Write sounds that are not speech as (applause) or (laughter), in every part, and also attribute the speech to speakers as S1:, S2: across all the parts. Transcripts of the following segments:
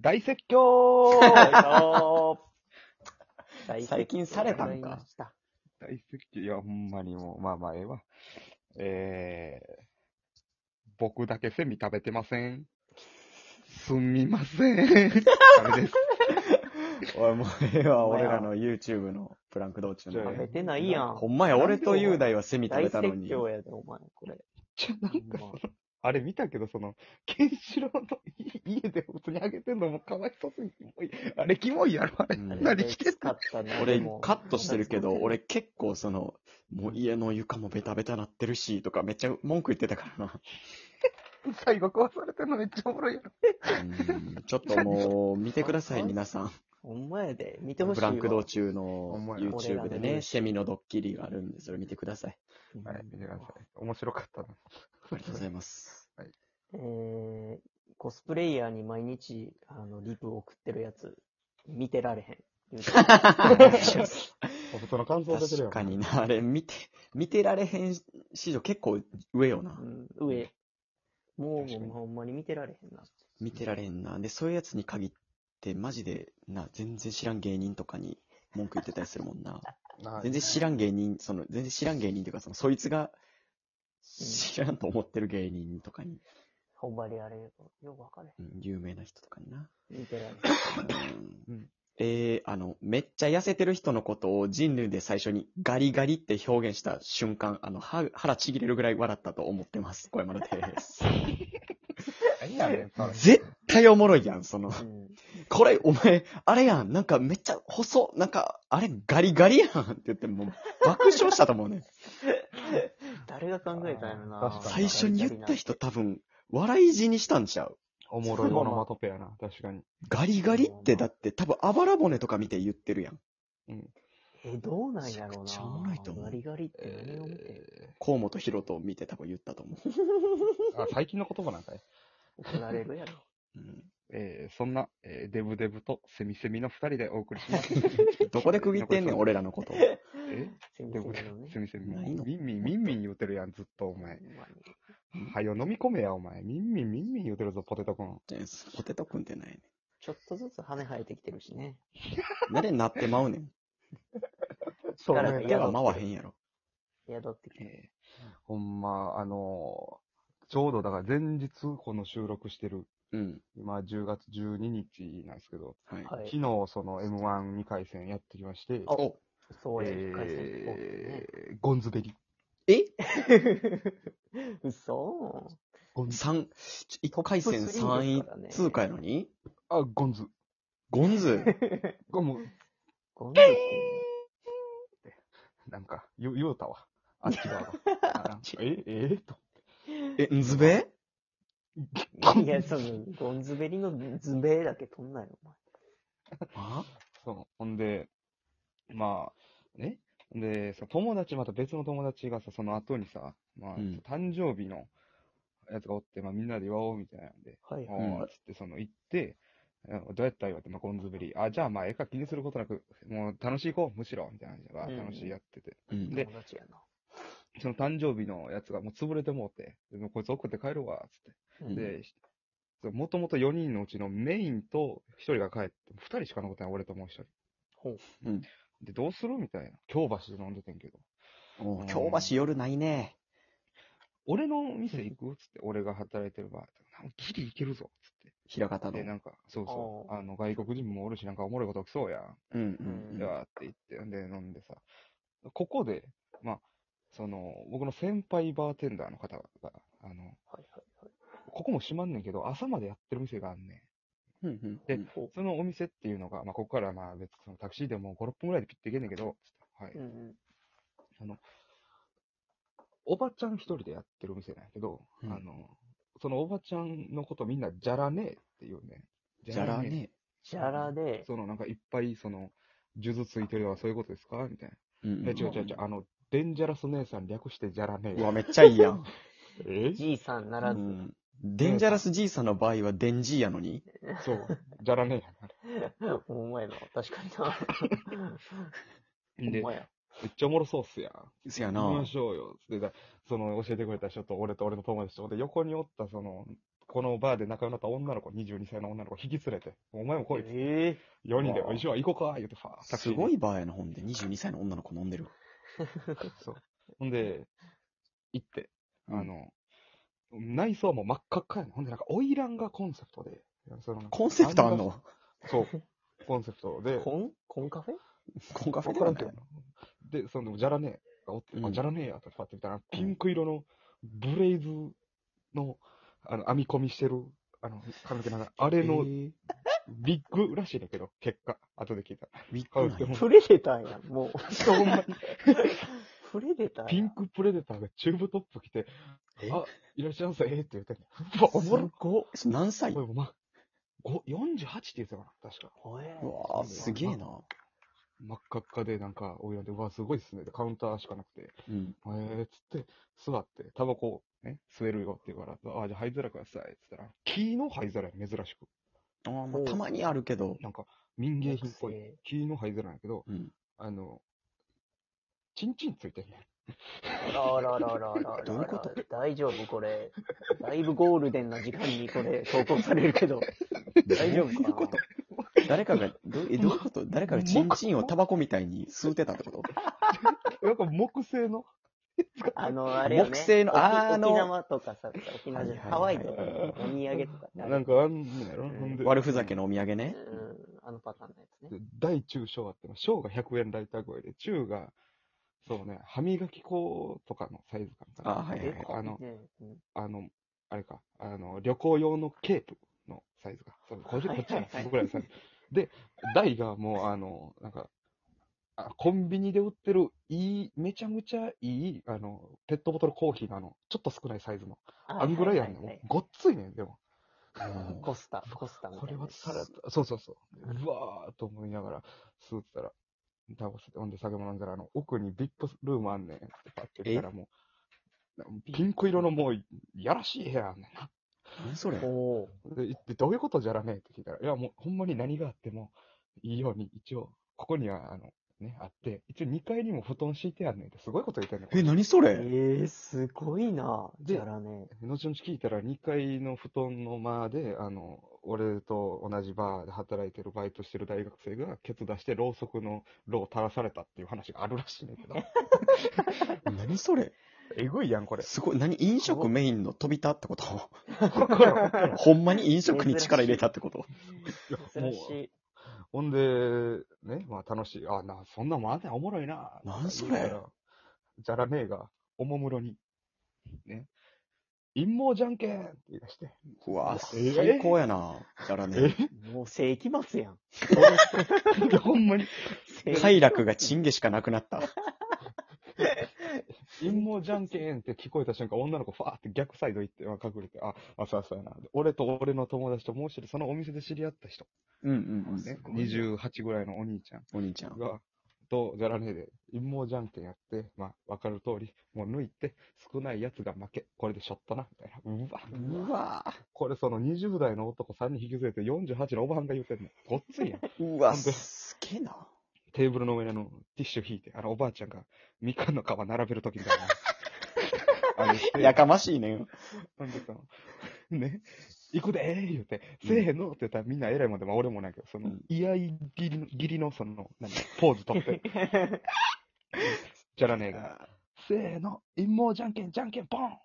S1: 大説教 (laughs)
S2: 最近されたんか。
S1: 大説教、いや、ほんまにもう、まあまあ、ええわ。えー、僕だけセミ食べてません。すみません。ダメです。
S2: おい、もうええわ、
S3: ほんま
S2: 俺
S3: や
S2: らの YouTube のプランク道中
S1: そう
S2: の
S1: や
S3: 食。べてないやん。
S2: ほんまや、俺と雄大はセミ食べ
S3: 大
S2: た
S3: 説
S2: のに。
S3: 教やで、お前、これ。
S1: ちょ、なんかその、あれ見たけど、その、ケンシロウの家家で普通にあげてんのもかわいそうすぎて、キモいあれキモいやろ、あれ。
S2: うん
S1: 何してん
S3: かったな。
S2: 俺
S3: でも、
S2: カットしてるけど、。俺結構その、もう家の床もベタベタなってるし、とかめっちゃ文句言ってたからな。
S1: の最後壊されてんのめっちゃおもろいやろ。
S2: うんちょっともう、
S3: (laughs)
S2: 見てください、皆さん。
S3: ほんまやで、見てほしい
S2: ブ
S3: わ。
S2: ランク道中
S1: ほ
S2: の
S1: んまや
S2: YouTube で
S3: 俺ら
S2: ね、
S3: の
S2: セミのドッキリがあるんで、それ見てください。
S3: うん
S1: はい、見てください。面白かったな。 (laughs)
S2: ありがとうござ
S3: (laughs)
S2: います。
S3: えー、コスプレイヤーに毎日、あの、リプ送ってるやつ、見てられへん。
S2: (laughs)
S3: 言うて
S1: その感想出てる
S2: 確
S1: よ。
S2: かにな、あ (laughs) れ、見て、見てられへん史上結構上よな
S3: う。ん上。もう、
S1: 確かに
S3: もうほんまに見てられへんな。
S2: 見てられへんな。で、そういうやつに限って、マジで、な、全然知らん芸人とかに文句言ってたりするも
S1: (laughs)
S2: んな。
S1: な
S2: 全然知らん芸人、その、全然知らん芸人というか、その、そいつが、
S3: うん
S2: 知らんと思ってる芸人とかに、
S3: ほんまにあれ、よくわかれへ
S2: うん有名な人とかにな。
S3: ん。見てられへん。
S2: う
S1: うんん
S2: えー、あの、めっちゃ痩せてる人のことを人類で最初にガリガリって表現した瞬間、あの、は腹ちぎれるぐらい笑ったと思ってます。小山田です。
S1: 何やねん、それ
S2: 絶対おもろいやん、その。 (laughs)
S3: うん
S2: これ、お前、あれやん、なんかめっちゃ細、なんか、あれガリガリやんって言って、もう爆笑したと思う
S3: (laughs)
S2: ね。
S3: 誰が考えたんやろ
S1: あー
S3: な
S1: 確。かに
S2: 最初に言った人多分、笑い死にしたんちゃう
S1: おもろいオノマトペやな、確かに。
S2: ガリガリってだって多分あばら骨とか見て言ってるやん。
S3: え、どうなんやろうな。
S2: めちゃくちゃおもろいと思う
S3: ガリガリって何を見て、
S2: 河本ヒロトを見て多分言ったと思う。
S1: あ、最近の言葉なんかい。
S3: 怒られるやろ。
S2: うん
S1: えー、そんな、えー、デブデブとセミセミの二人でお送りします。
S2: (laughs) どこで区切って
S1: (laughs)
S2: んねん、俺ら
S3: (laughs)
S2: のこと。
S1: え
S3: セミ
S1: デ
S3: セ
S1: ブ
S3: ミ
S1: デ
S3: の
S1: ブ、
S3: ね
S1: セ。ミセミ。
S2: ないの
S1: ミンミン、ミンミン言うてるやん、ずっとお前
S3: ほ。んまに
S1: はよ飲み込めや、お前。ミンミン、ミンミン言うてるぞ、ポテト君。
S2: ポテトくんってないね
S3: ちょっとずつ羽生えてきてるしね。
S2: ん。なんでなってまうねん。
S1: そう
S3: ね
S2: 手は回へんやろ。
S3: 宿ってきて。
S1: えーほんま、あのーちょうどだから前日この収録してる、
S2: うん。
S1: 今10月12日なんですけど、
S2: はい。
S3: はい。
S1: 昨日その M12 回戦やってきまして、
S3: あ
S2: お
S3: そうや、一回戦と
S1: えー、ゴンズベリ。
S2: え
S3: 嘘
S1: ゴンズ。
S2: 三、ちょ一回戦
S3: トップ3です
S2: 3位
S3: からね
S2: 通過やのに
S1: あ、ゴンズ。
S2: ゴンズ。
S1: ゴム。
S3: ゴンズって
S1: なんか、言う、言うたわ。あっち側が。あなんかえ、えー、と。
S2: え、んずべ
S3: いや、その、ゴンズベリのズベだけ取んなよ、
S2: あ
S1: そう。ほんで、まあ、ね。で、その友達、また別の友達がさ、その後にさ、まあ、
S2: うん
S1: 誕生日のやつがおって、まあみんなで祝おうみたいなんで、
S3: お前。
S1: あ
S3: はい。
S1: ーつってその行って、あどうやった言われて、まあ、ゴンズベリー。あ、じゃあまあ、ええか気にすることなく、もう楽しいこう、むしろ、みたいな感じでわー、
S3: うん
S1: 楽しいやってて。
S2: うん。
S1: で
S3: 友達やな。
S1: その誕生日のやつがもう潰れてもうて、でもうこいつ送って帰るわ、つって。
S3: うん
S1: で、もともと4人のうちのメインと1人が帰って、2人しか残ってない、俺ともう1人。
S3: ほう
S2: うん
S1: で、どうするみたいな。京橋で飲んでてんけど。
S2: お京橋夜ないね。
S1: 俺の店行くつって、俺が働いてるバーって。なんかギリ行けるぞ。つっ
S2: 平方
S1: て。で、
S2: の。
S1: なんか、そうそう。あの、外国人もおるし、なんかおもろいこと起きそうやん。
S2: うんうん
S1: ではって言って、んで、飲んでさ。ここで、まあ、その、僕の先輩バーテンダーの方が、あの、
S3: はいはい
S1: ここも閉まんねんけど、朝までやってる店があんねん。
S2: うん。うんうん。
S1: で
S2: うん
S3: はい。
S1: そのお店っていうのが、まあ、ここからまあ別そのタクシーでも5、6分ぐらいでピッて行けんねんけど、つって
S3: う
S1: はい。
S3: ん
S1: おばちゃん一人でやってるお店なんやけど、
S2: うん
S1: あの、そのおばちゃんのことみんなじゃらねえっていうね。
S2: じゃら。ね。
S3: じゃらで、
S1: そのなんかいっぱいその、数珠ついてるのはそういうことですかみたい
S2: うんうん
S1: な。え、違う違う違う、あの、デンジャラス姉さん略してじゃらね
S2: う
S1: え。
S2: わ、めっちゃいいやん。
S1: え
S3: じいさんな
S2: う
S3: らず、
S2: ん。デンジャラスじいさんの場合はデンジーやのに。
S1: そう、じゃらね
S3: お前の、確かにな。
S1: え (laughs) やな。で、
S3: お
S1: め
S3: 前や。
S1: っちゃおもろそうっすやん。
S2: そやな
S1: 行きましょうよ。つって、だその、教えてくれた人と、俺と俺の友達と、で、横におった、その、このバーで仲良くなった女の子、22歳の女の子引き連れて、お前も来いっつって、
S3: え
S1: 4人で、
S2: わあ
S1: 一緒は行こうか、言って、ファー、タクシ
S2: す
S1: ーに
S2: ごいバーやな、ほんで。22歳の女の子飲んでる。
S1: そう。ほんで、行って、
S2: うん
S1: あの、内装も真っ赤っかやねんほんで、なんか、花魁がコンセプトで、その
S2: コンセプトあんの
S1: そう、コンセプト
S2: (laughs)
S1: で、
S3: コンコンカフェ
S2: コンカフェ
S1: わから
S2: だよ
S1: んけど
S2: ね
S1: な。で、その、じゃらねえがおって、
S2: うん
S1: あ、じゃらねえやとかって見たら、ピンク色のブレイズの、あの、編み込みしてる、あの、髪の毛なんか、あれの
S2: えー
S1: ビッグらしいねんだけど、結果、後で聞いた。
S2: ビッ
S1: 買
S2: グ
S1: うって
S2: な
S1: も
S2: んや
S3: プレデターやん、もう。
S1: (laughs)
S3: (laughs)
S1: ほんまに、
S3: プレデターやん
S1: ピンクプレデターがチューブトップ着て、
S2: え
S1: あ、いらっしゃいませ、って言ってんねんうわおもろ
S3: すごっ
S2: それ何歳
S1: これもま、ご48って言ってたかな、確か。
S3: ほえ
S2: うわぁ、すげえな。
S1: 真っ赤っかで、なんか、おいらで、うわ、すごいっすね。で、カウンターしかなくて、
S2: うん。
S1: えー、つって、座って、タバコを、ね、吸えるよって言うから、あ、じゃあ灰皿ください、つったら、木の灰皿や、珍しく。
S2: あーま
S3: ほ
S2: あ
S3: う
S2: たまにあるけど。
S1: なんか、民芸品っぽい。
S3: い。
S1: 木の灰皿なんやけど、
S2: うん。
S1: あの、チンチンついてんねん。
S3: あらららららら。
S2: どういうこと
S3: 大丈夫これ。だいぶゴールデンな時間にこれ投稿されるけど。大丈夫かな
S2: 誰かが、どうえどういうこと誰かがチンチンをタバコみたいに吸うてたってこと
S1: なん (laughs) か木製の、
S3: あの、あれよね。
S2: 木製の
S3: 沖
S2: あーあの
S3: 沖縄とかさ、沖縄じゃないハ
S2: は
S3: ワ
S2: い
S3: イ
S2: はい
S3: と
S2: は
S3: か
S2: い
S3: のお土産とかってある
S1: なんかあんねやろ、
S3: うん
S1: ほんで。
S2: 悪ふざけのお土産
S3: う
S2: ね。
S3: ん、あのパターンのやつね。
S1: で大中小あって、まあ小が100円ライター声で、中が、そうね、歯磨き粉とかのサイズ感かな。
S2: あーはいはいはい
S1: であの、
S3: ねうん
S1: あの、あれか、あの、旅行用のケープのサイズが。そうこっちこっちやな
S3: はいはいはい
S1: そこぐらいのサイズ。で、大がもう、あの、なんか、あコンビニで売ってる、いい、めちゃめちゃいい、あの、ペットボトルコーヒーのあの、ちょっと少ないサイズの。あんぐらいやんねん。もうごっついねん、でも。
S2: うん
S3: コスタ、コスタみた
S1: こ
S3: い
S1: れ
S3: な
S1: は
S3: やつ。
S1: サラダ、そうそうそう。うわーと思いながら、吸ってたら、タバコ吸って、ほんで酒も飲んだら、あの、奥に VIP ルームあんねんってパッて見たらもう、なんかピンク色のもう、やらしい部屋あんねんな。
S2: 何それ
S3: おー
S1: で、行ってどういうことじゃらねえって聞いたら、いやもう、ほんまに何があっても、いいように、一応、ここには、あの、ね、あって、一応2階にも布団敷いてあんねんって、すごいこと言ってんねん。こ
S2: え、
S1: れ
S2: 何そ
S3: え
S2: れ
S3: ー、すごいな。
S1: で
S3: じゃらね。
S1: 後々聞いたら、2階の布団の間で、あの、俺と同じバーで働いてるバイトしてる大学生が、ケツ出して、ろうそくのろう垂らされたっていう話があるらしいねんけど。
S2: 何それ
S1: (laughs) えぐいやん、これ。
S2: すごい、何飲食メインの飛びたってこと
S1: これは (laughs) も
S2: ほんまに飲食に力入れたってこと
S1: う
S3: 珍しい。
S1: ほんで、ね、まあ楽しい。あ、な、そんなんもあんねん、おもろいな。
S2: なんそれ
S1: 言うたらじゃらねえが、おもむろに、ね、陰謀じゃんけんって言い出 (laughs) して。
S2: うわ
S1: え
S2: ぁ、最高やなじゃらね。
S3: もう世紀末やん。
S1: えほんまに、
S3: 世紀 (laughs)
S2: 快楽がチンゲしかなくなった。
S1: 陰謀じゃんけんって聞こえた瞬間、女の子ファーって逆サイド行って、まあ隠れて、あ、あ、そうやそうやな。で俺と俺の友達ともう一人、そのお店で知り合った人、
S2: うんうんうん。
S1: ね、28ぐらいのお兄ちゃん
S2: お兄ちゃん。
S1: が、と、じゃらねえで、陰謀じゃんけんやって、まあ、わかる通り、もう抜いて、少ないやつが負け、これでショットな、みたいな。うわ、
S2: うわぁ。
S1: これその20代の男3人引き連れて48のおばはんが言ってんの。ごっついやん。
S2: うわ、
S1: ほんです
S2: げえな。
S1: テーブルの上にあのティッシュ引いて、あのおばあちゃんがみかんの皮並べるときみたいな。あれして
S2: やかましいね。
S1: なんでか (laughs) ね、行くでー言うて、せえへんのって言ったらみんな偉いもんで、まあ俺もないけど、その
S2: うん、
S1: 居合ぎりの、ぎりのその、何、ポーズ取 (laughs) って、じゃらねえが、せーの、陰謀じゃんけん、じゃんけん、ポン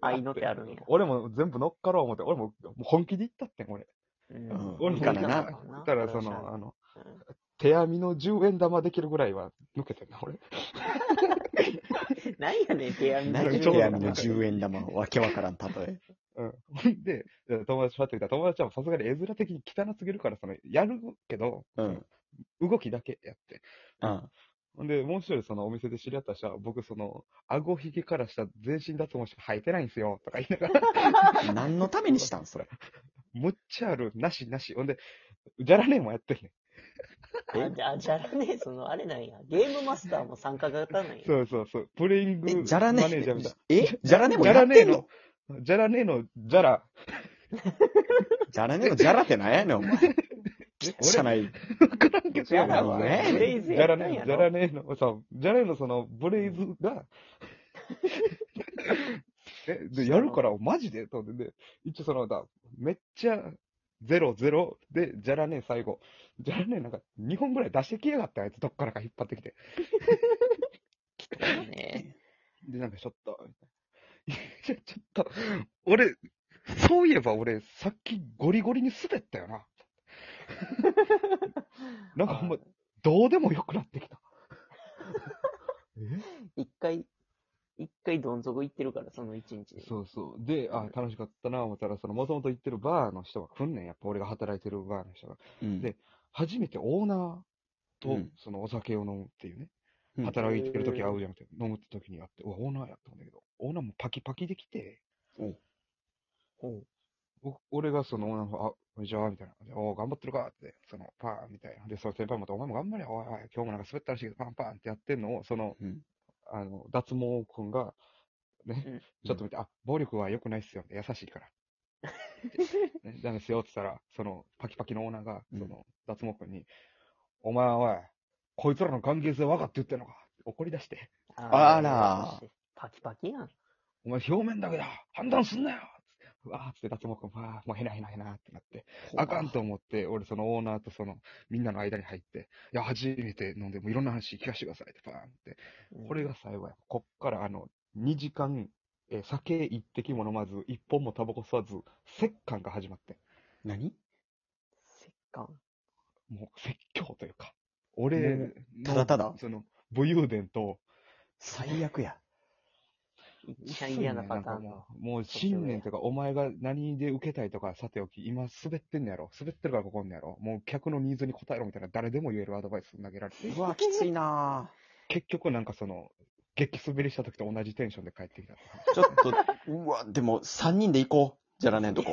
S3: 愛の手あるんや。
S1: 俺も全部乗っかろう思って、俺ももう本気で言ったってん、俺。
S2: ん
S1: 俺も
S2: いいからな
S1: だからその、あの、
S3: うん
S1: 手編みの10円玉できるぐらいは抜けてんな、俺。
S3: (laughs) なんやねん、手編み。
S2: 何
S1: 何
S2: 手
S1: 手
S2: 編
S1: 編
S2: み
S1: み
S2: の
S1: の
S2: 10
S1: 10
S2: 円玉、わけわからん、たとえ。
S1: うん。ほんで、友達と会ってみたら、友達はさすがに絵面的に汚すぎるから、その、やるけど、
S2: うん。
S1: 動きだけやって。
S2: うん。
S1: ほんで、もう一人そのお店で知り合った人は、僕その、顎ひげからした全身脱毛しか生えてないんですよ、とか言いながら、
S2: 何のためにしたんそれ。
S1: むっちゃある、なしなし。ほんで、じゃらねえもやってんね
S3: あじゃあ、じゃらねえ、その、あれなんや。ゲームマスターも参加型なんや
S1: ん。。そうそうそう。プレイング
S2: え、じゃら
S1: マネ
S2: ね
S1: ージャーみたい
S2: え。え、じゃらね
S1: な。じ
S2: もや
S1: ゃら
S2: っ
S1: ね
S2: て
S1: え
S2: んの
S1: の、じゃらねえの、じゃら。
S2: じゃらねのじゃらってなんやねん、
S1: (laughs)
S2: お前。しかない。
S3: じゃらは
S2: じゃらね
S3: (laughs)
S2: え
S3: ブレイズ
S1: じ
S3: や
S1: ゃ
S3: った
S1: ら
S3: ん
S1: ね
S3: や
S1: え、じゃら
S3: ろ。
S1: ねえの、そう、じゃらねえのその、ブレイズが、 (laughs) え、で、やるから、マジでと思って、で、一応その、だ、めっちゃ、ゼロゼロで、じゃらねえ最後。じゃらねえなんか、2本ぐらい出してきやがったあいつ、どっからか引っ張ってきて。
S3: ね。
S1: で、なんかちょっと、いや、ちょっと、俺、そういえば俺、さっきゴリゴリに滑ったよ
S3: (laughs)
S1: な。なんかほんま、どうでもよくなってきた。え
S3: 一回、一回どん底行ってるから、その一日で。
S1: そうそう。で、あ、楽しかったな、思ったら、その、もともと行ってるバーの人が来んねん。やっぱ俺が働いてるバーの人が。
S2: うん
S1: で初めてオーナー
S2: う
S1: と
S2: ん、
S1: そのお酒を飲むっていうね。
S2: うん
S1: 働いてる時会うじゃなくて、飲むって時にあって、うわ、オーナーやったんだけど、オーナーもパキパキできて、
S3: ほう
S1: 僕俺がその、なんか、あ、こんにちは、みたいな。でおう頑張ってるかって、その、パーンみたいな。で、その先輩もまた、お前も頑張れよ、おいおい、今日もなんか滑ったらしいけど、パンパンってやってんのを、その、
S2: うん
S1: あの、脱毛君が、ね、
S3: うん
S1: ちょっと見て、あ、暴力は良くないっすよ、優しい
S3: (laughs)
S1: から。ね、ダメですよって言ったら、その、パキパキのオーナーが、その、脱毛君に、お前おい、こいつらの関係性分かって言ってんのかって怒り出して、
S3: ー
S2: あら。
S3: パキパキやん。
S1: お前表面だけだ判断すんなよつってうわーっつって脱毛君、わー、もうへなへなへなってなって。あかんと思って、俺そのオーナーとその、みんなの間に入って、いや、初めて飲んで、もういろんな話聞かせてくださいって、パーンって。これが最後や。こっからあの、2時間、えー酒一滴も飲まず、一本もタバコ吸わず、折感が始まって。
S2: 何
S3: 石棺。
S1: もう説教というか。俺
S2: もう
S1: の、
S2: ただただ
S1: その、武勇伝と、
S2: 最悪や。
S3: 一番嫌なパターン
S1: も
S3: の。
S1: う、もう信念というか、お前が何で受けたいとか、さておき、今滑ってんのやろ。滑ってるからここおんのやろ。もう客のニーズに応えろみたいな、誰でも言えるアドバイス投げられて。
S2: うわ、きついな
S1: 結局なんかその、激滑りした時と同じテンションで帰ってきたって話。
S2: ぁちょっと、うわ、でも、3人で行こう。じゃらねんとこ。